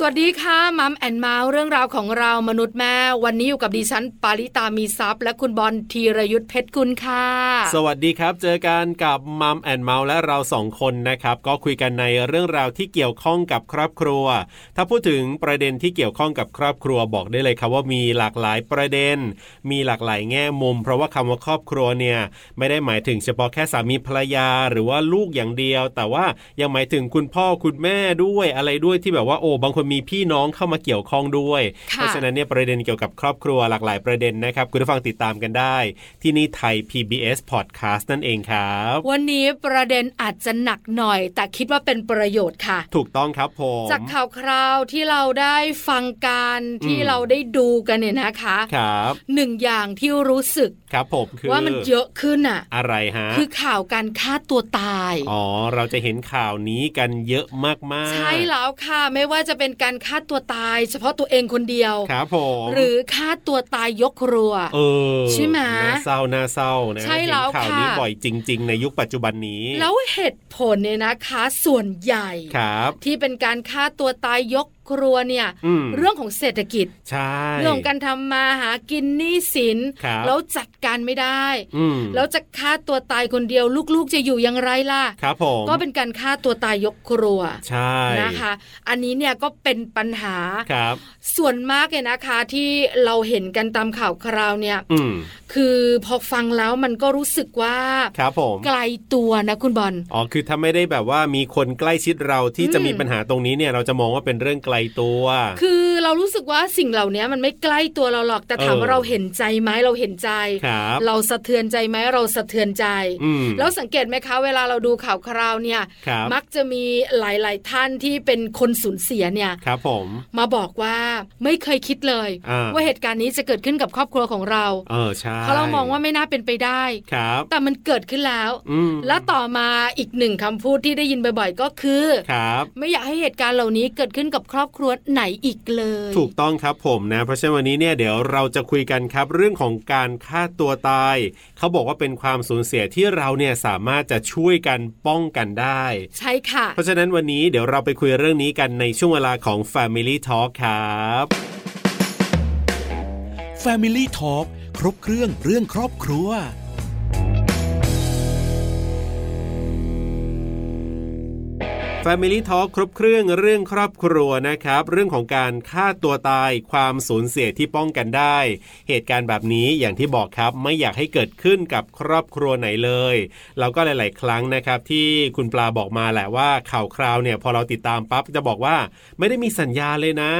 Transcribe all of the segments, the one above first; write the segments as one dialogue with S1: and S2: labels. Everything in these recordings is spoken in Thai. S1: สวัสดีค่ะมัมแอนเมาส์เรื่องราวของเรามนุษย์แม่ วันนี้อยู่กับดิฉัน ปาริตามีซัพย์ และคุณบอลธีรยุทธเพชรกุลค่ะ
S2: สวัสดีครับ เจอกันกับมัมแอนเมาส์และเราสองคนนะครับ ก็คุยกันในเรื่องราวที่เกี่ยวข้องกับครอบครัว ถ้าพูดถึงประเด็นที่เกี่ยวข้องกับครอบครัวบอกได้เลยครับว่ามีหลากหลายประเด็น มีหลากหลายแง่มุม เพราะว่าคำว่าครอบครัวเนี่ยไม่ได้หมายถึงเฉพาะแค่สามีภรรยาหรือว่าลูกอย่างเดียว แต่ว่ายังหมายถึงคุณพ่อคุณแม่ด้วยอะไรด้วยที่แบบว่าโอ้บางคนมีพี่น้องเข้ามาเกี่ยวข้องด้วย
S1: ค่ะ
S2: เพราะฉะนั้นเนี่ยประเด็นเกี่ยวกับครอบครัวหลากหลายประเด็นนะครับ คุณผู้ฟังติดตามกันได้ ที่นี่ไทย PBS Podcast นั่นเองครับ
S1: วันนี้ประเด็นอาจจะหนักหน่อย แต่คิดว่าเป็นประโยชน์ค่ะ
S2: ถูกต้องครับผม
S1: จากข่าวคราวที่เราได้ฟังการ
S2: อืม
S1: ที่เราได้ดูกันเนี่ยนะคะ
S2: ครับ
S1: หนึ่งอย่างที่รู้สึก
S2: ครับผมคือ
S1: ว่ามันเยอะขึ้นอ่ะ
S2: อะไรฮะ
S1: คือข่าวการฆ่าตัวตาย
S2: อ๋อ เราจะเห็นข่าวนี้กันเยอะมากๆ
S1: ใช่แล้วค่ะไม่ว่าจะเป็นการฆ่าตัวตาย เฉพาะตัวเองคนเดียว
S2: ครับผม
S1: หรือฆ่าตัวตายยกครัว
S2: เออ
S1: ใช่ไหม
S2: น่าเศร้าน่าเศร้านะ
S1: ใช่
S2: เห็น
S1: แล้ว
S2: ข่าวนี้
S1: ค่ะ
S2: บ่อยจริง ๆ ในยุคปัจจุบันนี้
S1: แล้วเหตุผลเนี่ยนะคะ ส่วนใหญ่
S2: ครับ
S1: ที่เป็นการฆ่าตัวตายยกครัวเนี่ย
S2: อืม
S1: เรื่องของเศรษฐกิจ
S2: ใช่
S1: เรื่องของการทำมาหากินหนี้สิน
S2: ครับ
S1: แล้วจัดการไม่ได้
S2: อืม
S1: แล้วจะฆ่าตัวตายคนเดียว ลูกๆจะอยู่อย่างไรล่ะ
S2: ครับผม
S1: ก็เป็นการฆ่าตัวตายยกครัว
S2: ใช่
S1: นะคะ อันนี้เนี่ยก็เป็นปัญหา
S2: ครับ
S1: ส่วนมากเนี่ยนะคะที่เราเห็นกันตามข่าวคราวเนี่ย
S2: อืม
S1: คือพอฟังแล้วมันก็รู้สึกว่า
S2: ครับผม
S1: ไกลตัวนะคุณบอล
S2: อ๋อ คือถ้าไม่ได้แบบว่ามีคนใกล้ชิดเราที่
S1: อืม
S2: จะมีปัญหาตรงนี้เนี่ย เราจะมองว่าเป็นเรื่องไกลตัว
S1: คือเรารู้สึกว่าสิ่งเหล่านี้มันไม่ใกล้ตัวเราหรอกแต่ถาม
S2: เออ
S1: ว่าเราเห็นใจไหมเราเห็นใจ
S2: ครับ
S1: เราสะเทือนใจไหมเราสะเทือนใจ
S2: อืม
S1: แล้วสังเกตไหมคะ เวลาเราดูข่าวคราวเนี่ย
S2: ครับ
S1: มักจะมีหลาย ๆ ท่านที่เป็นคนสูญเสียเนี่ย
S2: ครับผม
S1: มาบอกว่าไม่เคยคิดเลย
S2: อ่า
S1: ว่าเหตุการณ์นี้จะเกิดขึ้นกับครอบครัวของเรา
S2: เออ ใช่
S1: เพราะเรามองว่าไม่น่าเป็นไปได้
S2: ครับ
S1: แต่มันเกิดขึ้นแล้ว
S2: อืม
S1: และต่อมาอีกหนึ่งคำพูดที่ได้ยินบ่อย ๆ ก็คือ
S2: ครับ
S1: ไม่อยากให้เหตุการณ์เหล่านี้เกิดขึ้นกับครอบครัวไหนอีกเลย
S2: ถูกต้องครับผมนะ เพราะฉะนั้นวันนี้เนี่ยเดี๋ยวเราจะคุยกันครับเรื่องของการฆ่าตัวตาย เขาบอกว่าเป็นความสูญเสียที่เราเนี่ยสามารถจะช่วยกันป้องกันได้
S1: ใช่ค่ะ
S2: เพราะฉะนั้นวันนี้เดี๋ยวเราไปคุยเรื่องนี้กันในช่วงเวลาของ Family Talk ครับ
S3: Family Talk ครบเครื่องเรื่องครอบครัว
S2: f a m i l y Talk ครบเครื่องเรื่องครอบครัวนะครับ เรื่องของการฆ่าตัวตายความสูญเสียที่ป้องกันได้ เหตุการณ์แบบนี้อย่างที่บอกครับไม่อยากให้เกิดขึ้นกับครอบครัวไหนเลยแล้วก็หลาย ๆ ครั้งนะครับที่คุณปลาบอกมาแหละว่าข่าวคราวเนี่ยพอเราติดตามปั๊บจะบอกว่าไม่ได้มีสัญญาเลยนะ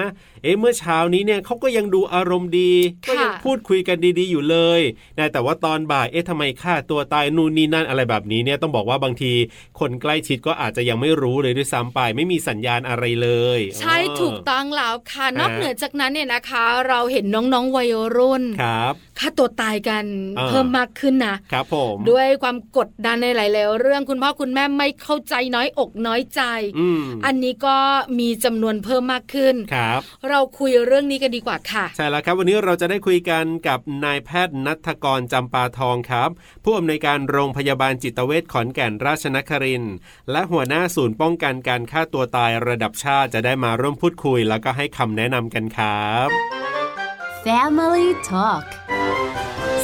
S2: เอ๊ะเมื่อเช้านี้เนี่ยเขาก็ยังดูอารมณ์ดีก็ยัง
S1: ค่ะ
S2: พูดคุยกันดี ๆ อยู่เลยนะแต่ว่าตอนบ่ายเอ๊ะทำไมฆ่าตัวตายนู่นนี่นั่นอะไรแบบนี้เนี่ยต้องบอกว่าบางที คนใกล้ชิดก็อาจจะยังไม่รู้เลยด้วยซ้ำไป ไม่มีสัญญาณอะไรเลย
S1: ใช่
S2: เออ
S1: ถูกต้องแล้วค่ะ
S2: ฮะ
S1: นอกเหนือจากนั้นเนี่ยนะคะ เราเห็นน้องๆวัยรุ่น
S2: ครับ
S1: ค่าตัวตายกัน
S2: อ่า
S1: เพิ่มมากขึ้นนะครับ
S2: ผม
S1: ด้วยความกดดันในหลายๆเรื่องคุณพ่อคุณแม่ไม่เข้าใจน้อยอกน้อยใจ
S2: อืม
S1: อันนี้ก็มีจำนวนเพิ่มมากขึ้น
S2: ครับ
S1: เราคุยเรื่องนี้กันดีกว่าค่ะ
S2: ใช่แล้วครับ วันนี้เราจะได้คุยกันกับนายแพทย์นัทกรจำปาทองครับ ผู้อำนวยการโรงพยาบาลจิตเวชขอนแก่นราชนครินทร์และหัวหน้าศูนย์ป้องกันการฆ่าตัวตายระดับชาติจะได้มาร่วมพูดคุย แล้วก็ให้คำแนะนำกันครับ
S4: Family Talk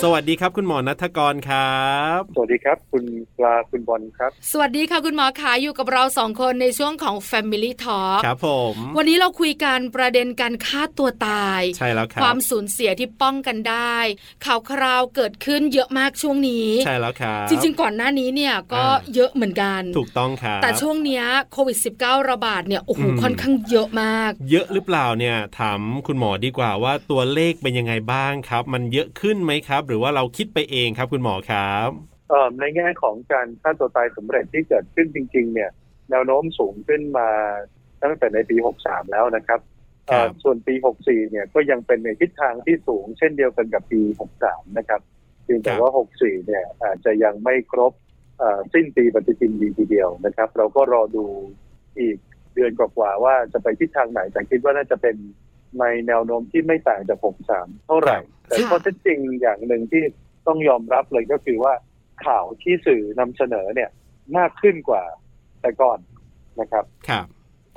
S2: สวัสดีครับคุณหมอนัทกรครับ
S5: สวัสดีครับ คุณปลาคุณบอลครับ
S1: สวัสดีค่ะคุณหมอขาอยู่กับเราสองคนในช่วงของ Family Talk
S2: ครับผม
S1: วันนี้เราคุยกันประเด็นการฆ่าตัวตาย
S2: ใช่แล้วครั
S1: ค
S2: บ
S1: วามสูญเสียที่ป้องกันได้ ข่าวคราวเกิดขึ้นเยอะมากช่วงนี้
S2: ใช่แล้วครับ
S1: จริงๆ ก่อนหน้านี้เนี่ยก็
S2: อ่า
S1: เยอะเหมือนกัน
S2: ถูกต้องครับ
S1: แต่ช่วงเนี้ยโควิด -19 ระบาดเนี่ยโอ้โห
S2: อืม
S1: ค่อนข้างเยอะมาก
S2: เยอะหรือเปล่าเนี่ยถามคุณหมอดีกว่าว่าตัวเลขเป็นยังไงบ้างครับ มันเยอะขึ้นไหมครับ หรือว่าเราคิดไปเองครับ คุณหมอครับ
S5: เอ่อในแง่ของการฆ่าตัวตายสำเร็จที่เกิดขึ้นจริง ๆ เนี่ย แนวโน้มสูงขึ้นมาตั้งแต่ในปี 63 แล้วนะครับเอ่อ
S2: ครับ
S5: ส่วนปี 64 เนี่ยก็ยังเป็นในทิศทางที่สูงเช่นเดียวกันกับปี 63 นะครับเพียงแต่ว่า 64 เนี่ยอาจจะยังไม่ครบเอ่อสิ้นปีปฏิทินดีทีเดียวนะครับ เราก็รอดูอีกเดือนกว่าๆว่าจะไปทิศทางไหนแต่คิดว่าน่าจะเป็นในแนวโน้มที่ไม่ต่างจาก 63 เท่าไหร่ แต่
S1: ค่ะ
S5: ข้อเท็จจริงอย่างหนึ่งที่ ต้องยอมรับเลยก็คือว่า ข่าวที่สื่อนำเสนอเนี่ยมากขึ้นกว่าแต่ก่อนนะครับ
S2: ครับ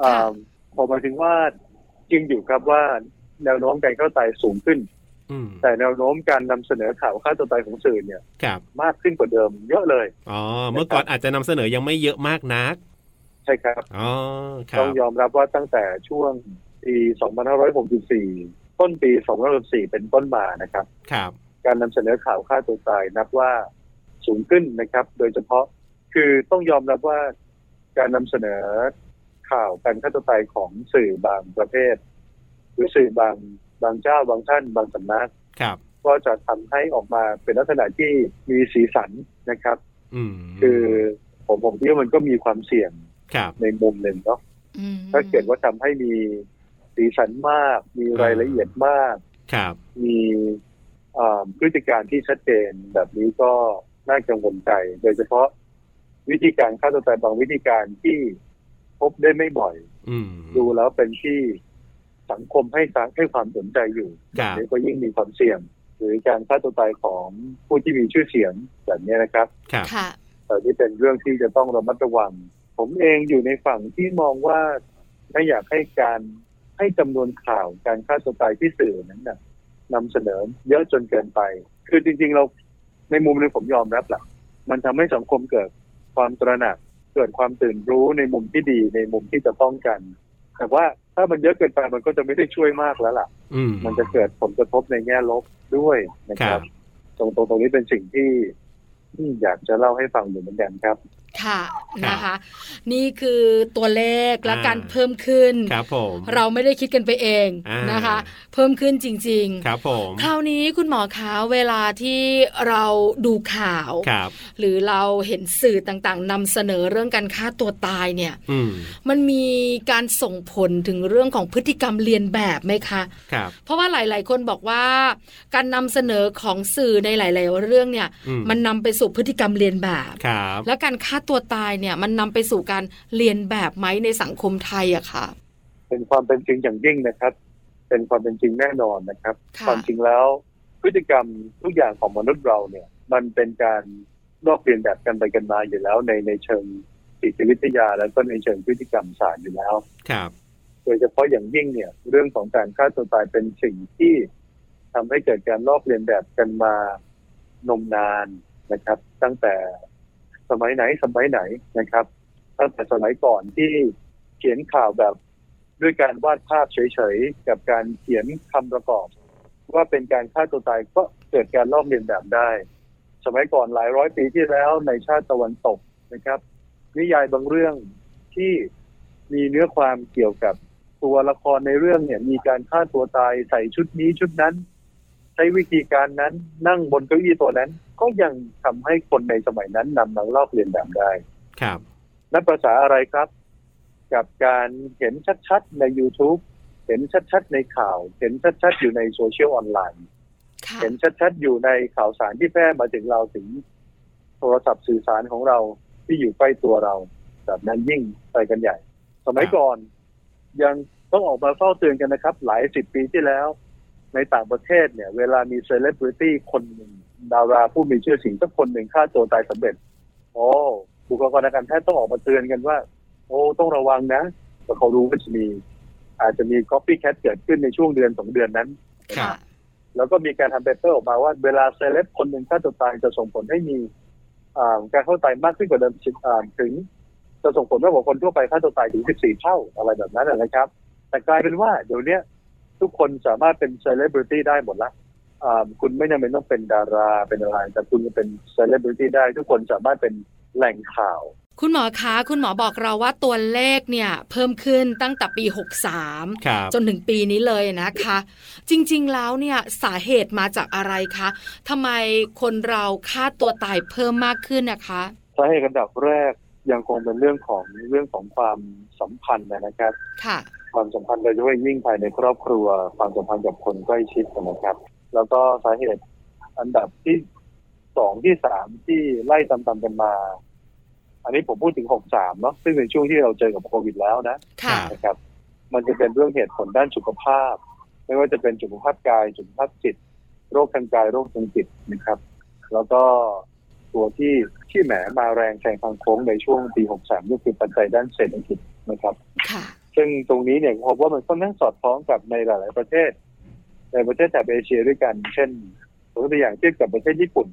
S5: อ่าผมหมายถึงว่าจริงอยู่ครับว่าแนวโน้มการฆ่าตัวตายสูงขึ้น
S2: อืม
S5: แต่แนวโน้มการนำเสนอข่าวฆ่าตัวตายของสื่อเนี่ย
S2: ครับ
S5: มากขึ้นกว่าเดิมเยอะเลย
S2: อ๋อ เมื่อก่อนอาจจะนำเสนอยังไม่เยอะมากนัก
S5: ใช่ครับ
S2: อ๋อ ครับ
S5: ต้องยอมรับว่าตั้งแต่ช่วงปี 2564 ต้นปี 2564 เป็นต้นมานะครับ
S2: ครับ
S5: การนำเสนอข่าวฆ่าตัวตายนับว่าสูงขึ้นนะครับ โดยเฉพาะคือต้องยอมรับว่าการนำเสนอข่าวการฆ่าตัวตายของสื่อบางประเภท หรือสื่อบางบางเจ้าบางท่านบางสำนัก
S2: ครับ
S5: ก็จะทำให้ออกมาเป็นลักษณะที่มีสีสันนะครับ
S2: อืม
S5: คือผมผมคิดว่ามันก็มีความเสี่ยง
S2: ครับ
S5: ในมุมหนึ่งเนาะ
S1: อืม
S5: ถ้าเกิดว่าทำให้มีสีสันมาก มีรายละเอียดมาก
S2: ครับ
S5: มีเอ่อพฤติการที่ชัดเจนแบบนี้ก็น่ากังวลใจ โดยเฉพาะวิธีการฆ่าตัวตายบางวิธีการที่พบได้ไม่บ่อย
S2: อืม
S5: ดูแล้วเป็นที่สังคมให้สารให้ความสนใจอยู่
S2: ครับ
S5: แบบนี้ก็ยิ่งมีความเสี่ยง หรือการฆ่าตัวตายของผู้ที่มีชื่อเสียงแบบนี้นะครับ
S2: ครับ
S1: ค่ะ
S5: แต่นี่เป็นเรื่องที่จะต้องระมัดระวัง ผมเองอยู่ในฝั่งที่มองว่าไม่อยากให้การให้จำนวนข่าวการฆ่าตัวตายที่สื่อนั้นนะนำเสนอเยอะจนเกินไป คือจริงๆเราในมุมหนึงผมยอมรับแหละมันทำให้สังคมเกิดความตระหนัก เกิดความตื่นรู้ในมุมที่ดีในมุมที่จะป้องกัน แต่ว่าถ้ามันเยอะเกินไปมันก็จะไม่ได้ช่วยมากแล้วล่ะ
S2: อืม
S5: มันจะเกิดผลกระทบในแง่ลบด้วยนะครั
S2: ค
S5: บ
S2: รับ
S5: ตรงตรงตรงนี้เป็นสิ่งที่อืมอยากจะเล่าให้ฟังอยู่เหมือนกันครับ
S1: ค่ะ
S2: ครับ
S1: นะคะ นี่คือตัวเลขและ
S2: อ่า
S1: การเพิ่มขึ้น
S2: ครับผม
S1: เราไม่ได้คิดกันไปเอง
S2: อ่าน
S1: นะคะ เพิ่มขึ้นจริง
S2: ครับผม
S1: ๆ คราวนี้คุณหมอคะเวลาที่เราดูข่าว
S2: ครับ
S1: หรือเราเห็นสื่อต่างๆนำเสนอเรื่องการฆ่าตัวตายเนี่ย
S2: อืม
S1: มันมีการส่งผลถึงเรื่องของพฤติกรรมเรียนแบบไหมคะ
S2: ครับ
S1: เพราะว่าหลาย ๆ คนบอกว่า การนำเสนอของสื่อในหลาย ๆ เรื่องเนี่ย
S2: อืม
S1: มันนำไปสู่พฤติกรรมเรียนแบบ
S2: ครับ
S1: และการฆ่าตัวตายเนี่ยมันนำไปสู่การเรียนแบบไหมในสังคมไทยอะค่ะ
S5: เป็นความเป็นจริงอย่างยิ่งนะครับ เป็นความเป็นจริงแน่นอนนะครับ
S1: ค่ะ
S5: ความจริงแล้ว พฤติกรรมทุกอย่างของมนุษย์เราเนี่ย มันเป็นการลอกเลียนแบบกันไปกันมาอยู่แล้ว ในในเชิงจิตวิทยา แล้วก็ในเชิงพฤติกรรมศาสตร์อยู่แล้ว
S2: ครับ
S5: โดยเฉพาะอย่างยิ่งเนี่ย เรื่องของการฆ่าตัวตายเป็นสิ่งที่ทำให้เกิดการลอกเลียนแบบกันมานมนานนะครับ ตั้งแต่สมัยไหนสมัยไหนนะครับ ตั้งแต่สมัยก่อนที่เขียนข่าวแบบด้วยการวาดภาพเฉยๆ กับการเขียนคำประกอบ ว่าเป็นการฆ่าตัวตายก็เกิดการลอกเลียนแบบได้ สมัยก่อนหลายร้อยปีที่แล้วในชาติตะวันตกนะครับ นิยายบางเรื่องที่มีเนื้อความเกี่ยวกับ ตัวละครในเรื่องเนี่ยมีการฆ่าตัวตายใส่ชุดนี้ชุดนั้น ใช้วิธีการนั้นนั่งบนเก้าอี้ตัวนั้น ก็ยังทำให้คนในสมัยนั้นนำมาลอกเลียนแบบได้
S2: ครับ
S5: นับภาษาอะไรครับ กับการเห็นชัดๆใน YouTube เห็นชัดๆในข่าว เห็นชัดๆอยู่ในโซเชียลออนไลน์
S1: ค่ะ
S5: เห็นชัดๆอยู่ในข่าวสารที่แพร่มาถึงเราถึงโทรศัพท์สื่อสารของเราที่อยู่ใกล้ตัวเรา แบบนั้นยิ่งไปกันใหญ่ สมัย
S2: ครับ
S5: ก่อน ยังต้องออกมาเฝ้าเตือนกันนะครับ หลายสิบปีที่แล้ว ในต่างประเทศเนี่ย เวลามีเซเลบริตี้คนหนึ่งดาราผู้มีชื่อเสียงสักคนหนึ่งฆ่าตัวตายสำเร็จ โอ้บุคลากรทางการแพทย์ต้องออกมาเตือนกันว่า โอ้ต้องระวังนะแต่เขารู้ว่าจะมี อาจจะมี copycat เกิดขึ้นในช่วงเดือนสองเดือนนั้น
S2: ครับ
S5: แล้วก็มีการทำเปเปอร์ออกมาว่าเวลาเซเลบคนหนึ่งฆ่าตัวตายจะส่งผลให้มีอ่าการเข้าตายมากขึ้นกว่าเดิมสิบอ่าถึง จะส่งผลมากกว่าคนทั่วไปฆ่าตัวตายถึง 14 เท่าอะไรแบบนั้นนะนะครับ แต่กลายเป็นว่าเดี๋ยวเนี้ยทุกคนสามารถเป็นเซเลบริตี้ได้หมดละอ่าคุณไม่จำเป็นต้องเป็นดาราเป็นอะไร แต่คุณจะเป็นเซเลบริตี้ได้ ทุกคนสามารถเป็นแหล่งข่าว
S1: คุณหมอคะ คุณหมอบอกเราว่าตัวเลขเนี่ยเพิ่มขึ้นตั้งแต่ปี 63
S2: ครับ
S1: จนถึงปีนี้เลยนะคะ จริงๆแล้วเนี่ยสาเหตุมาจากอะไรคะทำไมคนเราฆ่าตัวตายเพิ่มมากขึ้นนะคะ
S5: สาเหตุลำดับแรกยังคงเป็นเรื่องของเรื่องของความสัมพันธ์นะครับ
S1: ค่ะ
S5: ความสัมพันธ์โดยเฉพาะอย่างยิ่งภายในครอบครัว ความสัมพันธ์กับคนใกล้ชิดนะครับ แล้วก็สาเหตุอันดับที่สองที่สามที่ไล่ตามๆกันมา อันนี้ผมพูดถึงหกสามเนาะซึ่งเป็นช่วงที่เราเจอกับโควิดแล้วนะ
S1: ค่ะ
S2: ครับ
S5: นะครับ มันจะเป็นเรื่องเหตุผลด้านสุขภาพ ไม่ว่าจะเป็นสุขภาพกายสุขภาพจิต โรคทางกายโรคทางจิตนะครับ แล้วก็อุ ตัวที่ที่แหมมาแรงแซงทางโค้งในช่วงปี 63ก็คือปัจจัยด้านเศรษฐกิจนะครับ
S1: ค่ะ
S5: ซึ่งตรงนี้เนี่ยพบว่ามันค่อนข้างสอดคล้องกับในหลาย ๆ ประเทศ ในประเทศแถบเอเชียด้วยกัน เช่นยกตัวอย่างเช่นกับประเทศญี่ปุ่น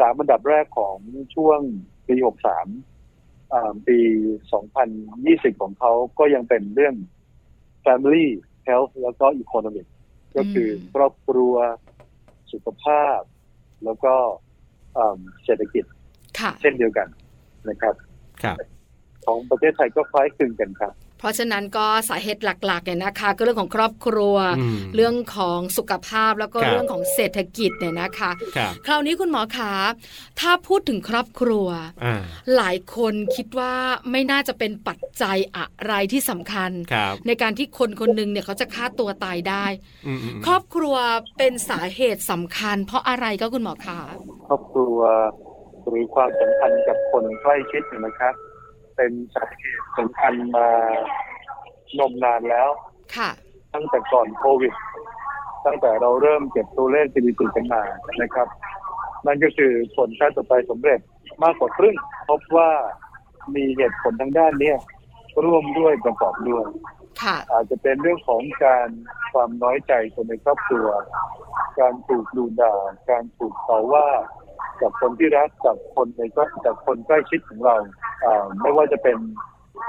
S5: สามอันดับแรกของช่วงปี 63อ่าปี 2020 ของเขาก็ยังเป็นเรื่อง family health แล้วก็ economic ก็คืออ
S1: ม
S5: ครอบครัวสุขภาพ แล้วก็อ่าเศรษฐกิจ
S1: ค่ะ
S5: เช่นเดียวกันนะครับ
S2: ครับ
S5: ของประเทศไทยก็คล้ายคลึงกันครับ
S1: เพราะฉะนั้นก็สาเหตุหลักๆเนี่ยนะคะ ก็เรื่องของครอบครัว
S2: อืม
S1: เรื่องของสุขภาพแล้วก็
S2: ครับ
S1: เรื่องของเศรษฐกิจเนี่ยนะคะ
S2: ครับ
S1: คราวนี้คุณหมอขาถ้าพูดถึงครอบครัว
S2: อ่า
S1: หลายคนคิดว่าไม่น่าจะเป็นปัจจัยอะไรที่สำคัญ
S2: ครับ
S1: ในการที่คนคนหนึ่งเนี่ยเขาจะฆ่าตัวตายได้
S2: อืมอืม
S1: ครอบครัวเป็นสาเหตุสำคัญ เพราะอะไรก็คุณหมอขา
S5: ครอบครัวหรือความสัมพันธ์กับคนใกล้ชิดเนี่ยนะครับ เป็นสาเหตุสำคัญมานมนานแล้ว
S1: ค่ะ
S5: ตั้งแต่ก่อนโควิด ตั้งแต่เราเริ่มเก็บตัวเลขสถิติกันมานะครับ นั่นก็คือผลการตัดไปสำเร็จมากกว่าครึ่งพบว่ามีเหตุผลทางด้านเนี้ยร่วมด้วยประกอบด้วย
S1: ค่ะ
S5: อาจจะเป็นเรื่องของการความน้อยใจคนในครอบครัว การถูกดูด่า การถูกต่อว่าจากคนที่รักจากคนในก็จากคนใกล้ชิดของเราอ่าไม่ว่าจะเป็น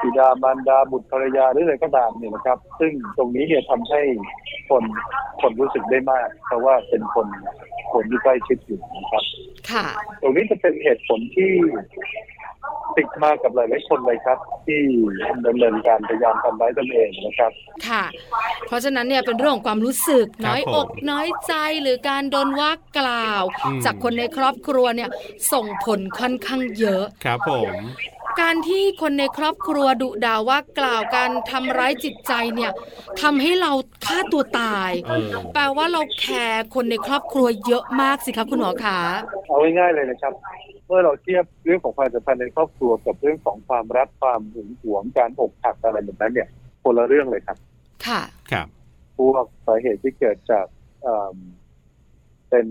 S5: บิดามารดาบุตรภรรยาหรืออะไรก็ตามเนี่ยนะครับ ซึ่งตรงนี้เนี่ยทำให้คนคนรู้สึกได้มาก เพราะว่าเป็นคนคนที่ใกล้ชิดอยู่นะครับ
S1: ค่ะ
S5: ตรงนี้จะเป็นเหตุผลที่ติดมากับหลายๆคนเลยครับ ที่ดำเนินการพยายามทำร้ายตนเองนะครับ
S1: ค่ะ เพราะฉะนั้นเนี่ยเป็นเรื่องของความรู้สึกน้อยอกน้อยใจหรือการโดนว่ากล่าว จากคนในครอบครัวเนี่ยส่งผลค่อนข้างเยอะ
S2: ครับผม
S1: การที่คนในครอบครัวดุด่าว่ากล่าวการทำร้ายจิตใจเนี่ยทำให้เราฆ่าตัวตาย
S2: เออ
S1: แปลว่าเราแคร์คนในครอบครัวเยอะมากสิครับคุณหมอขา
S5: เอาง่ายๆเลยนะครับ เมื่อเราเทียบเรื่องของความสัมพันธ์ในครอบครัวกับเรื่องของความรักความหึงหวงการอกหักอะไรแบบนั้นเนี่ยคนละเรื่องเลยครับ
S1: ค่ะ
S2: ครับ
S5: พวกสาเหตุที่เกิดจากเอิ่มเป็น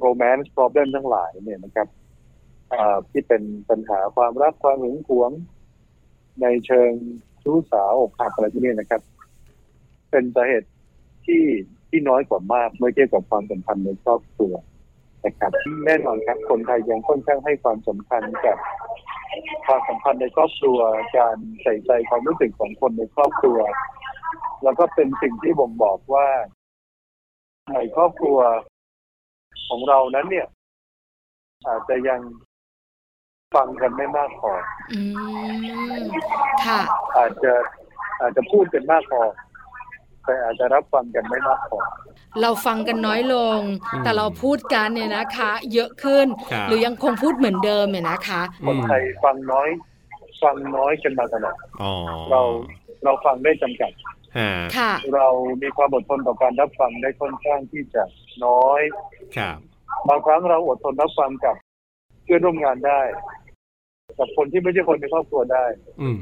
S5: โรแมนต์ problem ทั้งหลายเนี่ยนะครับเอ่อที่เป็นปัญหาความรักความหึงหวง ในเชิงชู้สาวอกหักอะไรที่นี่นะครับ เป็นสาเหตุที่ที่น้อยกว่ามากเมื่อเทียบกับความสัมพันธ์ในครอบครัวนะครับ แน่นอนครับ คนไทยยังค่อนข้างให้ความสำคัญกับความสัมพันธ์ในครอบครัว การใส่ใจความรู้สึกของคนในครอบครัว แล้วก็เป็นสิ่งที่บ่งบอกว่าในครอบครัวของเรานั้นเนี่ย อาจจะยังฟังกันไม่มากพอ
S1: อืม ค่ะ
S5: อาจจะอาจจะพูดกันมากพอ แต่อาจจะรับฟังกันไม่มากพอ
S1: เราฟังกันน้อยลง แต่เราพูดกันเนี่ยนะคะ เยอะขึ้น
S2: ครับ
S1: หรือยังคงพูดเหมือนเดิมเนี่ยนะคะ
S5: คนไทยฟังน้อย ฟังน้อยกันมาตลอด
S2: อ๋อ
S5: เราเราฟังได้จำกัด
S2: ฮะ
S1: ค่ะ
S5: เรามีความอดทนต่อการรับฟังได้ค่อนข้างที่จะน้อย
S2: ครับ
S5: บางครั้งเราอดทนรับฟังกับเพื่อนร่วมงานได้กับคนที่ไม่ใช่คนในครอบครัวได้
S2: อืม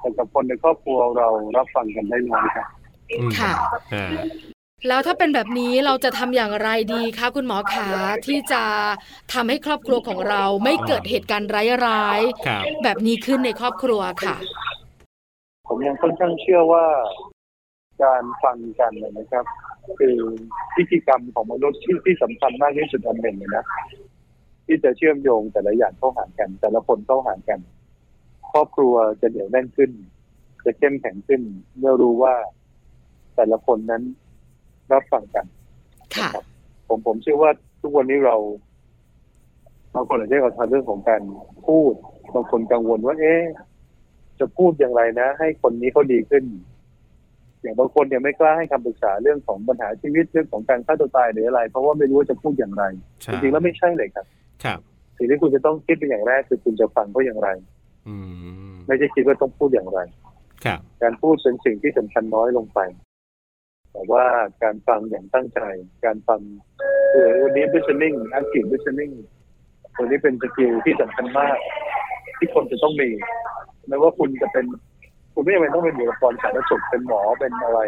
S5: แต่กับคนในครอบครัวเรารับฟังกันได้น้อยครับ
S2: อืม
S1: ค่ะ
S2: ฮะ
S1: แล้วถ้าเป็นแบบนี้เราจะทำอย่างไรดีคะคุณหมอขาที่จะทำให้ครอบครัวของเราไม่เกิดเหตุการณ์ร้าย
S2: ครับ
S1: ๆแบบนี้ขึ้นในครอบครัวค่ะ
S5: ผมยังค่อนข้างเชื่อว่าการฟังกันเนี่ยนะครับ คือพิธีกรรมของมนุษย์ที่ที่สำคัญมากที่สุดอันหนึ่งเลยนะ ที่จะเชื่อมโยงแต่ละอย่างเข้าหากัน แต่ละคนเข้าหากัน ครอบครัวจะเหนียวแน่นขึ้น จะเข้มแข็งขึ้นเมื่อรู้ว่าแต่ละคนนั้นรับฟังกัน
S1: ค่ะ
S5: ผมผมเชื่อว่าทุกวันนี้เราบางคนอาจจะกังวลเรื่องของการพูดบางคนกังวลว่า เอ๊ะจะพูดอย่างไรนะ ให้คนนี้เขาดีขึ้น อย่างบางคนเนี่ยไม่กล้าให้คำปรึกษาเรื่องของปัญหาชีวิตเรื่องของการฆ่าตัวตายหรืออะไร เพราะว่าไม่รู้ว่าจะพูดอย่างไร
S2: ใช่
S5: จริงๆแล้วไม่ใช่เลยครับ
S2: ครับ
S5: สิ่งที่คุณจะต้องคิดเป็นอย่างแรกคือคุณจะฟังเขาอย่างไร
S2: อืม
S5: ไม่ใช่คิดว่าต้องพูดอย่างไร
S2: ครับ
S5: การพูดเป็นสิ่งที่สำคัญน้อยลงไป แต่ว่าการฟังอย่างตั้งใจ การฟังคือวันนี้ listening active listening ตัวนี้เป็นสกิลที่สำคัญมาก ที่คนจะต้องมีไม่ว่าคุณจะเป็น คุณไม่จำเป็นต้องเป็นบุคลากรสาธารณสุขเป็นหมอเป็นอะไร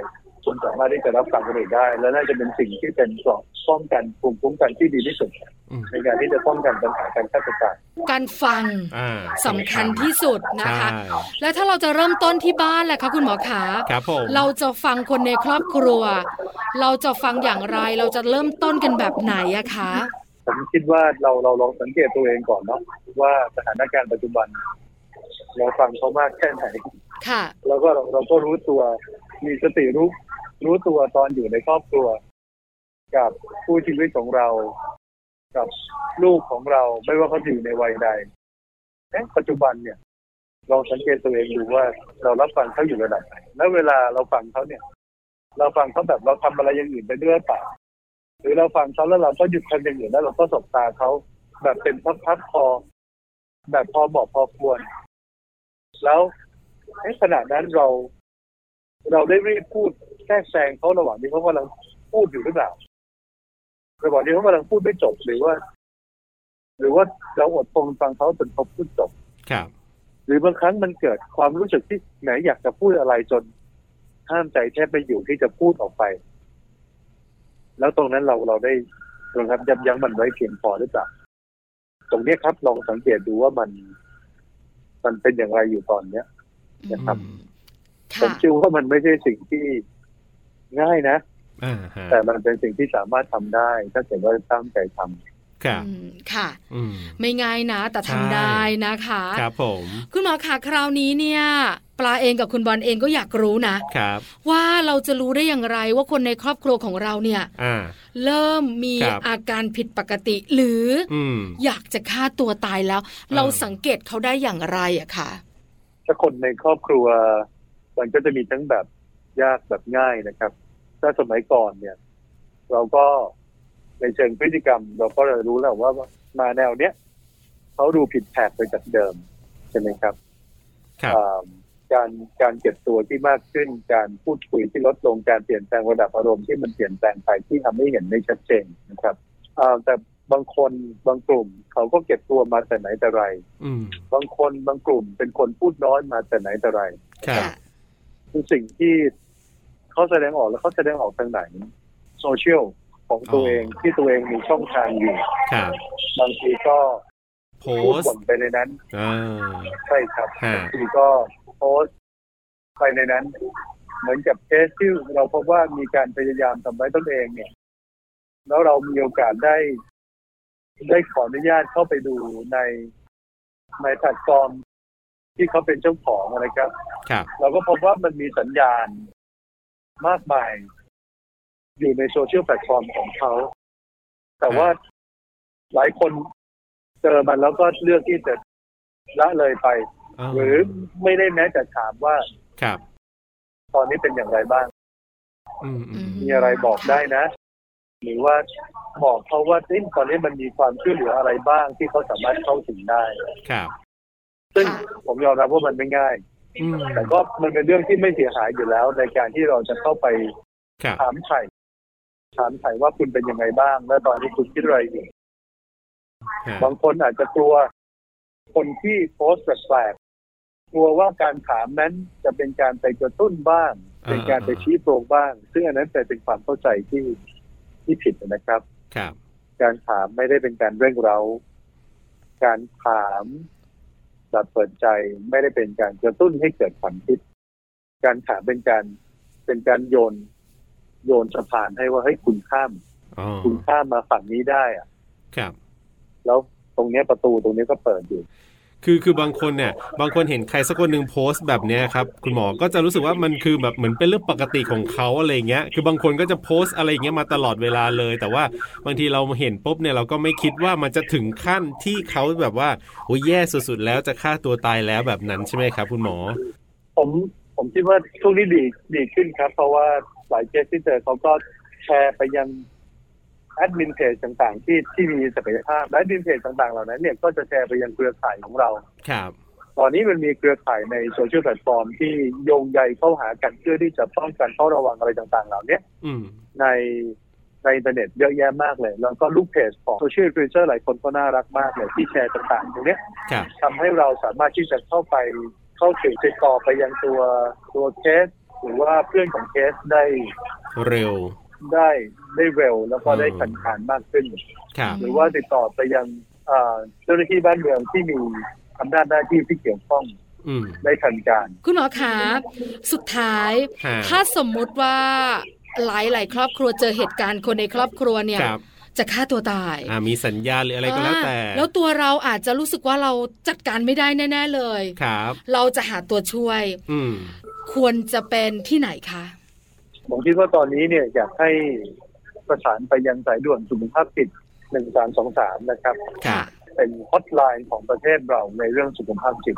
S5: คุณสามารถที่จะรับฟังคนอื่นได้ และน่าจะเป็นสิ่งที่เป็นเกราะป้องกันภูมิคุ้มกันที่ดีที่สุด
S2: อืม
S5: ในการที่จะป้องกันปัญหาการฆาตกรรม
S1: การฟัง
S2: อ่า
S1: สำคัญที่สุดนะคะ
S2: ใช่
S1: และถ้าเราจะเริ่มต้นที่บ้านแหละคะคุณหมอขา
S2: ครับผม
S1: เราจะฟังคนในครอบครัว เราจะฟังอย่างไร เราจะเริ่มต้นกันแบบไหนอะคะ
S5: ผมคิดว่าเราเราลองสังเกตตัวเองก่อนเนาะว่าสถานการณ์ปัจจุบัน เราฟังเขามากแค่ไหน
S1: ค่ะ
S5: แล้วก็เราเราก็รู้ตัวมีสติรู้รู้ตัวตอนอยู่ในครอบครัว กับผู้ชีวิตของเรา กับลูกของเราไม่ว่าเขาอยู่ในวัยใดเอ๊ะปัจจุบันเนี่ยลองสังเกตตัวเองดูว่าเรารับฟังเขาอยู่ระดับไหนแล้วเวลาเราฟังเขาเนี่ย เราฟังเขาแบบเราทำอะไรอย่างอื่นไปด้วยหรือเปล่าหรือเราฟังเขาแล้วเราก็หยุดทำอย่างอื่นแล้วเราก็สบตาเขาแบบเป็นพักๆพอ แบบพอเหมาะพอควร แล้ว ในขณะนั้นเรา เราได้รีบพูดแทรกแซงเขาระหว่างที่เขากำลังพูดอยู่หรือเปล่าระหว่างที่เขากำลังพูดไม่จบหรือว่า หรือว่าเราอดทนฟังเขาจนเขาพูดจบ
S2: ครับ
S5: หรือบางครั้งมันเกิดความรู้สึกที่ไหนอยากจะพูดอะไรจนห้ามใจแทบไม่อยู่ที่จะพูดออกไป แล้วตรงนั้นเราเราได้นะครับยับยั้งมันไว้เพียงพอหรือเปล่าตรงเนี้ยครับลองสังเกตดูว่ามัน มันเป็นอย่างไรอยู่ตอนเนี้ย นะครับ
S2: อืม
S5: ผม
S1: ค่ะ
S5: เชื่อว่ามันไม่ใช่สิ่งที่ง่ายนะ
S2: อ่าฮะ
S5: แต่มันเป็นสิ่งที่สามารถทำได้ ถ้าเกิดว่าตั้งใจทำ
S2: ครับ
S1: อืม ค่ะ
S2: อืม
S1: ไม่ง่ายนะ แต่
S2: ใช่
S1: ทำได้นะคะ
S2: ครับผม
S1: คุณหมอขาคราวนี้เนี่ย ปลาเองกับคุณบอลเองก็อยากรู้นะ
S2: ครับ
S1: ว่าเราจะรู้ได้อย่างไรว่าคนในครอบครัวของเราเนี่ย
S2: อ่า
S1: เริ่มมี
S2: ครับ
S1: อาการผิดปกติหรือ
S2: อืม
S1: อยากจะฆ่าตัวตายแล้ว
S2: ออ
S1: เราสังเกตเขาได้อย่างไรอะคะ
S5: ถ้าคนในครอบครัว มันก็จะมีทั้งแบบยากแบบง่ายนะครับ ถ้าสมัยก่อนเนี่ย เราก็ในเชิงพฤติกรรม เราก็จะรู้แล้วว่ามาแนวเนี้ยเขาดูผิดแผกไปจากเดิมใช่ไหมครับ
S2: ครับ
S5: อ่าการการเก็บตัวที่มากขึ้น การพูดคุยที่ลดลงการเปลี่ยนแปลงระดับอารมณ์ที่มันเปลี่ยนแปลงไปที่ทำให้เห็นได้ชัดเจนนะครับอ่าแต่บางคนบางกลุ่ม เขาก็เก็บตัวมาแต่ไหนแต่ไร
S2: อืม
S5: บางคนบางกลุ่มเป็นคนพูดน้อยมาแต่ไหนแต่ไร
S2: ครับ
S1: ค่ะ
S5: คือสิ่งที่เขาแสดงออกแล้วเขาแสดงออกทางไหนโซเชียลของตัว
S2: อ๋อ
S5: เองที่ตัวเองมีช่องทางอยู่
S2: ครับ
S5: บางทีก็
S2: โพ
S5: พูด
S2: ส
S5: บ่
S2: ต์
S5: นไปในนั้น
S2: อ่า
S5: ใช่ครับ
S2: ฮะ
S5: บางทีก็โพสต์ไปในนั้น เหมือนกับเคสที่เราพบว่ามีการพยายามทำร้ายตนเองเนี่ย แล้วเรามีโอกาสได้ ได้ขออนุญาตเข้าไปดูในในแพลตฟอร์มที่เขาเป็นเจ้าของนะครับ
S2: ครับ
S5: เราก็พบว่ามันมีสัญญาณมากมาย อยู่ในโซเชียลแพลตฟอร์มของเขา แต่ว่าหลายคนเจอมันแล้วก็เลือกที่จะละเลยไป
S2: า
S5: หรือไม่ได้แม้แต่ถามว่า
S2: ครับ
S5: ตอนนี้เป็นอย่างไรบ้าง
S2: อืมอืม
S5: มีอะไรบอกได้นะ หรือว่าบอกเขาว่าเอ้ยตอนนี้มันมีความช่วยเหลืออะไรบ้างที่เขาสามารถเข้าถึงได้
S2: ครับ
S5: ซึ่ง
S1: ค่ะ
S5: ผมยอมรับว่ามันไม่ง่าย
S2: อืม
S5: แต่ก็มันเป็นเรื่องที่ไม่เสียหายอยู่แล้ว ในการที่เราจะเข้าไป
S2: ครับ
S5: ถามไถ่ถามไถ่ว่าคุณเป็นยังไงบ้าง และตอนนี้คุณคิดอะไรอยู่
S2: ฮะ
S5: บางคนอาจจะกลัว คนที่โพสต์แปลกๆกลัวว่าการถามนั้นจะเป็นการไปกระตุ้นบ้าง เป็นการไปชี้โปรงบ้าง ซึ่งอันนั้นเป็นความเข้าใจที่ที่ผิดนะครับ
S2: ครับ
S5: การถามไม่ได้เป็นการเร่งเร้า การถามแบบเปิดใจไม่ได้เป็นการกระตุ้นให้เกิดความคิด การถามเป็นการเป็นการโยน โยนสะพานให้ว่าให้ยคุณข้าม
S2: อ๋อ
S5: คุณข้ามมาฝั่งนี้ได้อะ
S2: ครับ
S5: แล้วตรงเนี้ยประตูตรงเนี้ยก็เปิดอยู่
S2: คือคือบางคนเนี่ยบางคนเห็นใครสักคนหนึ่งโพสต์แบบเนี้ยครับคุณหมอก็จะรู้สึกว่ามันคือแบบเหมือนเป็นเรื่องปกติของเขาอะไรเงี้ยคือบางคนก็จะโพสต์อะไรอย่างเงี้ยมาตลอดเวลาเลย แต่ว่าบางทีเราเห็นปุ๊บเนี่ยเราก็ไม่คิดว่ามันจะถึงขั้นที่เขาแบบว่าโอ้ยแย่สุดๆแล้วจะฆ่าตัวตายแล้วแบบนั้นใช่ไหมครับคุณหมอ
S5: ผมผมคิดว่าช่วงนี้ดีดีขึ้นครับ เพราะว่าหลายเคสที่เจอเขาก็แชร์ไปยังแอดมินเพจต่างๆ ที่ที่มีศักยภาพและแอดมินเพจต่างๆเหล่านั้นเนี่ยก็จะแชร์ไปยังเครือข่ายของเรา
S2: ครับ
S5: ตอนนี้มันมีเครือข่ายในโซเชียลแพลตฟอร์มที่โยงใยเข้าหากันเพื่อที่จะป้องกันเฝ้าระวังอะไรต่างๆ เหล่านี้
S2: อืม
S5: ในในอินเทอร์เน็ตเยอะแยะมากเลย แล้วก็ลูกเพจของโซเชียล i ิ f เ e อร์หลายคนก็น่ารักมากเลยที่แชร์ต่างๆตรงเนี้ย
S2: ครับ
S5: ทำให้เราสามารถที่จะเข้าไปเข้าถึงติดต่อไปยังตัวตัวเคส หรือว่าเพื่อนของเคสได้
S2: เร็ว
S5: ได้ได้เร็วแล้วก็ได้
S2: อืม
S5: ทันทานมากขึ้น
S2: ครับ
S5: หรือว่าติดต่อไปยังเอ่อเจ้าหน้าที่บ้านเมืองที่มีอำนาจหน้าที่ที่เกี่ยวข้อง
S2: อืม
S5: ได้ทันการ
S1: คุณหมอขาสุดท้าย
S2: ฮะ
S1: ถ้าสมมุติว่าหลายๆ ครอบครัวเจอเหตุการณ์คนในครอบครัวเนี่ย
S2: ครับ
S1: จะฆ่าตัวตาย
S2: อ่ามีสัญญาหรืออะไรก็แล้วแต่
S1: อ่าแล้วตัวเราอาจจะรู้สึกว่าเราจัดการไม่ได้แน่ ๆ เลย
S2: ครับ
S1: เราจะหาตัวช่วย
S2: อืม
S1: ควรจะเป็นที่ไหนคะ
S5: ผมคิดว่าตอนนี้เนี่ยอยากให้ประสานไปยังสายด่วนสุขภาพจิต1323 นะครับ
S2: ค่ะ
S5: เป็นฮอตไลน์ของประเทศเราในเรื่องสุขภาพจิต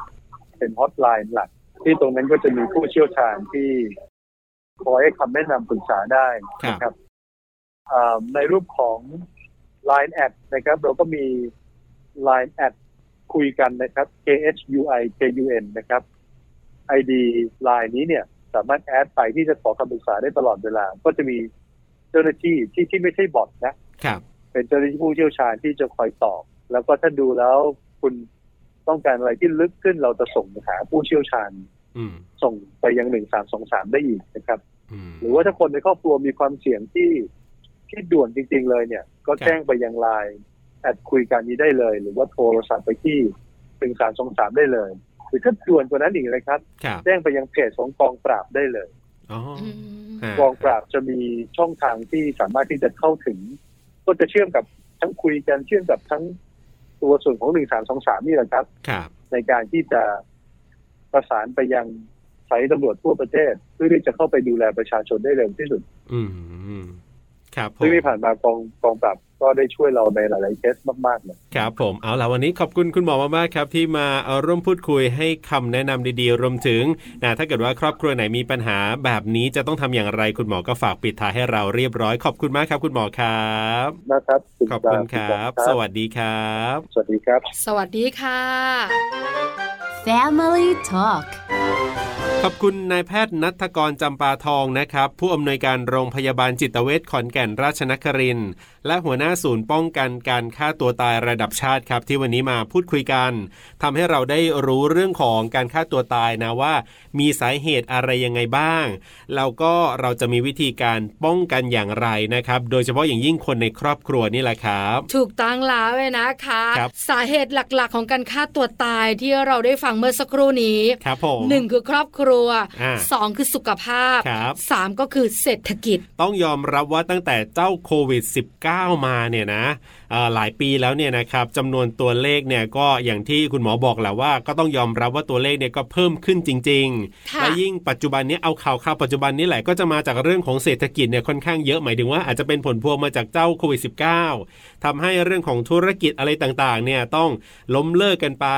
S5: เป็นฮอตไลน์หลัก ที่ตรงนั้นก็จะมีผู้เชี่ยวชาญที่คอยให้คำแนะนำปรึกษาได้นะครับอ่าในรูปของ Line แอดนะครับ เราก็มี Line แอดคุยกันนะครับ K H U I K U N นะครับ ID Line นี้เนี่ย สามารถแอดไปที่จะขอคำปรึกษาได้ตลอดเวลา ก็จะมีเจ้าหน้าที่ที่ที่ไม่ใช่บอทนะ
S2: ครับ
S5: เป็นเจ้าหน้าที่ผู้เชี่ยวชาญที่จะคอยตอบ แล้วก็ถ้าดูแล้วคุณต้องการอะไรที่ลึกขึ้นเราจะส่งหาผู้เชี่ยวชาญ
S2: อืม
S5: ส่งไปยังหนึ่งสามสองสามได้อีกนะครับ
S2: อืม
S5: หรือว่าถ้าคนในครอบครัวมีความเสี่ยงที่ที่ด่วนจริง ๆ เลยเนี่ย
S2: ค
S5: ก็
S2: รับ
S5: แจ้งไปยังไลน์แอดคุยกันนี้ได้เลย หรือว่าโทรศัพท์ไปที่หนึ่งสามสองสามได้เลย หรือถ้าด่วนกว่านั้นอีกนะครับ
S2: ครับ
S5: แจ้งไปยังเพจของกองปราบได้เลย
S2: อ๋อ
S1: อืม
S2: ฮะ
S5: กองปราบจะมีช่องทางที่สามารถที่จะเข้าถึง ก็จะเชื่อมกับทั้งคุยกันเชื่อมกับทั้งตัวส่วนของหนึ่งสามสองสามนี่แหละครับ
S2: ครับ
S5: ในการที่จะประสานไปยังสายตำรวจทั่วประเทศ เพื่อที่จะเข้าไปดูแลประชาชนได้เร็วที่สุด
S2: อืมครับผม
S5: ซึ่งที่ผ่านมากองกองปราบก็ได้ช่วยเราในหลาย ๆ เคสมากๆเลย
S2: ครับผมเอาล่ะวันนี้ขอบคุณคุณหมอมากๆครับที่มาเอาร่วมพูดคุยให้คำแนะนำดีๆ รวมถึงนะถ้าเกิดว่าครอบครัวไหนมีปัญหาแบบนี้จะต้องทำอย่างไรคุณหมอก็ฝากปิดท้ายให้เราเรียบร้อย ขอบคุณมากครับ คุณหมอครับ
S5: นะครับ
S2: ขอบคุณค
S5: ติด
S2: รั
S5: ตาม
S2: บ สวัสดีครับ
S5: สวัสดีครับ
S1: สวัสดีค่ะ
S4: Family Talk
S2: ขอบคุณนายแพทย์นัทกรจำปาทองนะครับ ผู้อำนวยการโรงพยาบาลจิตเวชขอนแก่นราชนครินทร์และหัวหน้าศูนย์ป้องกันการฆ่าตัวตายระดับชาติครับ ที่วันนี้มาพูดคุยกันทำให้เราได้รู้เรื่องของการฆ่าตัวตายนะว่า มีสาเหตุอะไรยังไงบ้าง แล้วก็เราจะมีวิธีการป้องกันอย่างไรนะครับ โดยเฉพาะอย่างยิ่งคนในครอบครัวนี่แหละครับ
S1: ถูกต้องแล้วเลยนะคะ
S2: ครับ
S1: สาเหตุหลักๆ ของการฆ่าตัวตายที่เราได้ฟังเมื่อสักครู่นี้
S2: ครับผม
S1: หนึ่งคือครอบครัว
S2: อ่า
S1: สองคือสุขภาพ
S2: ครับ
S1: สามก็คือเศรษฐกิจ
S2: ต้องยอมรับว่าตั้งแต่เจ้าโควิด -19 มาเนี่ยนะเอ่อหลายปีแล้วเนี่ยนะครับจำนวนตัวเลขเนี่ยก็อย่างที่คุณหมอบอกแหละว่า ก็ต้องยอมรับว่าตัวเลขเนี่ยก็เพิ่มขึ้นจริง ๆ
S1: ค่ะ
S2: และยิ่งปัจจุบันเนี้เอาข่าวข่าวปัจจุบันนี่แหละก็จะมาจากเรื่องของเศรษฐกิจเนี่ยค่อนข้างเยอะหมายถึงว่าอาจจะเป็นผลพวงมาจากเจ้าโควิด -19 ทำให้เรื่องของธุรกิจอะไรต่างๆเนี่ยต้องล้มเลิกกันไป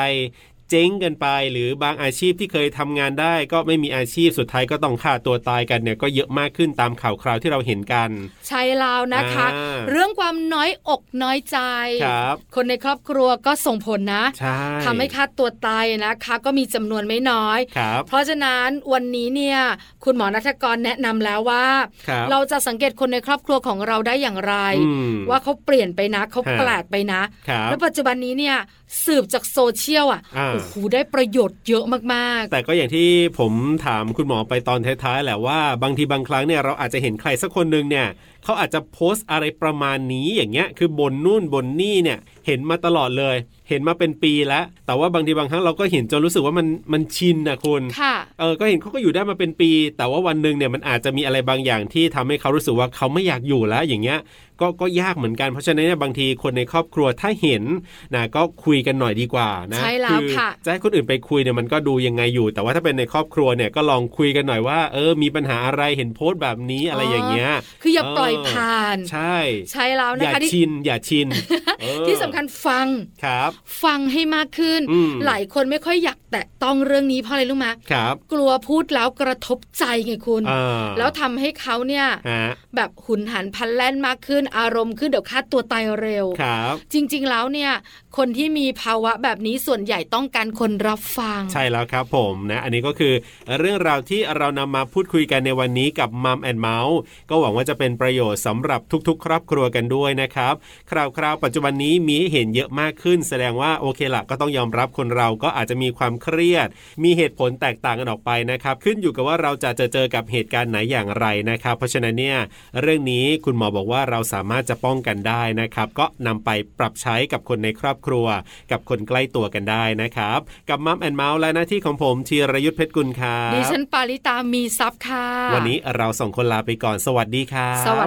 S2: เจ๊งกันไปหรือบางอาชีพที่เคยทำงานได้ ก็ไม่มีอาชีพสุดท้ายก็ต้องฆ่าตัวตายกันเนี่ยก็เยอะมากขึ้นตามข่าวคราวที่เราเห็นกัน
S1: ใช่แล้วนะคะ
S2: อ่า
S1: เรื่องความน้อยอกน้อยใจ
S2: ครับ
S1: คนในครอบครัวก็ส่งผลนะ
S2: ใช่
S1: ทำให้ฆ่าตัวตายนะคะ ก็มีจำนวนไม่น้อย
S2: ครับ
S1: เพราะฉะนั้นวันนี้เนี่ยคุณหมอนัทกรแนะนำแล้วว่า
S2: ครับ
S1: เราจะสังเกตคนในครอบครัวของเราได้อย่างไร
S2: อืม
S1: ว่าเขาเปลี่ยนไปนะเขา
S2: ฮะ
S1: แปลกไปนะ
S2: ครับ
S1: แล้วปัจจุบันนี้เนี่ยสืบจากโซเชียลอ่ะ
S2: อ่า
S1: โอ้โหได้ประโยชน์เยอะมาก
S2: แต่ก็อย่างที่ผมถามคุณหมอไปตอนท้ายๆแหละว่าบางทีบางครั้งเนี่ยเราอาจจะเห็นใครสักคนหนึ่งเนี่ยเขาอาจจะโพสต์อะไรประมาณนี้อย่างเงี้ยคือบนนู่นบนนี่เนี่ยเห็นมาตลอดเลย เห็นมาเป็นปีแล้ว แต่ว่าบางทีบางครั้งเราก็เห็นจนรู้สึกว่ามันมันชินนะคุณ
S1: ๆ ค่ะ
S2: เออ ก็เห็นเขาก็อยู่ได้มาเป็นปี แต่ว่าวันหนึ่งเนี่ยมันอาจจะมีอะไรบางอย่างที่ทำให้เขารู้สึกว่าเขาไม่อยากอยู่แล้วอย่างเงี้ย ก็ก็ยากเหมือนกัน เพราะฉะนั้นเนี่ยบางทีคนในครอบครัวถ้าเห็นนะก็คุยกันหน่อยดีกว่านะ
S1: ใช่แล้วค่ะ
S2: อจะให้คนอื่นไปคุยเนี่ยมันก็ดูยังไงอยู่ แต่ว่าถ้าเป็นในครอบครัวเนี่ยก็ลองคุยกันหน่อยว่า เออ มีปัญหาอะไรเห็นโพสต์แบบนี้อะไรอย่างเงี้ย
S1: คืออย่า
S2: เออ
S1: ปล่อยผ่าน
S2: ใช่
S1: ใช่แล้ว
S2: อ
S1: นะ
S2: ย่า
S1: คะที่
S2: ชินอย่าชินเออ
S1: ที่สำคัญฟัง
S2: ครับ
S1: ฟังให้มากขึ้น
S2: อืม
S1: หลายคนไม่ค่อยอยากแตะต้องเรื่องนี้เพราะอะไรรู้ไหม
S2: ครับ
S1: กลัวพูดแล้วกระทบใจไงคุณ
S2: อ่า
S1: แล้วทำให้เขาเนี่ย
S2: ฮะ
S1: แบบหุนหันพลันแล่นมากขึ้น อารมณ์ขึ้นเดี๋ยวฆ่าตัวตายเร็ว
S2: ครับ
S1: จริงๆ แล้วเนี่ยคนที่มีภาวะแบบนี้ส่วนใหญ่ต้องการคนรับฟัง
S2: ใช่แล้วครับผมนะอันนี้ก็คือเรื่องราวที่เรานำมาพูดคุยกันในวันนี้กับมัมแอนเมาส์ก็หวังว่าจะเป็นประโยชน์สำหรับทุกๆ ครอบครัวกันด้วยนะครับ คราวๆปัจจุบันนี้มีให้ เห็นเยอะมากขึ้น แสดงว่าโอเคละก็ต้องยอมรับคนเราก็อาจจะมีความเครียด มีเหตุผลแตกต่างกันออกไปนะครับ ขึ้นอยู่กับว่าเราจะเจอเจอกับเหตุการณ์ไหนอย่างไรนะครับ เพราะฉะนั้นเนี่ยเรื่องนี้คุณหมอบอกว่าเราสามารถจะป้องกันได้นะครับ ก็นำไปปรับใช้กับคนในครอบครัว กับคนใกล้ตัวกันได้นะครับ กับมัมแอนเมาส์และหน้าที่ของผมธีรยุทธเพชรกุลครับ
S1: ดิฉันปาริตามีซับค่ะ
S2: วันนี้เราสองคนลาไปก่อนสวัสดีครับ
S1: สวั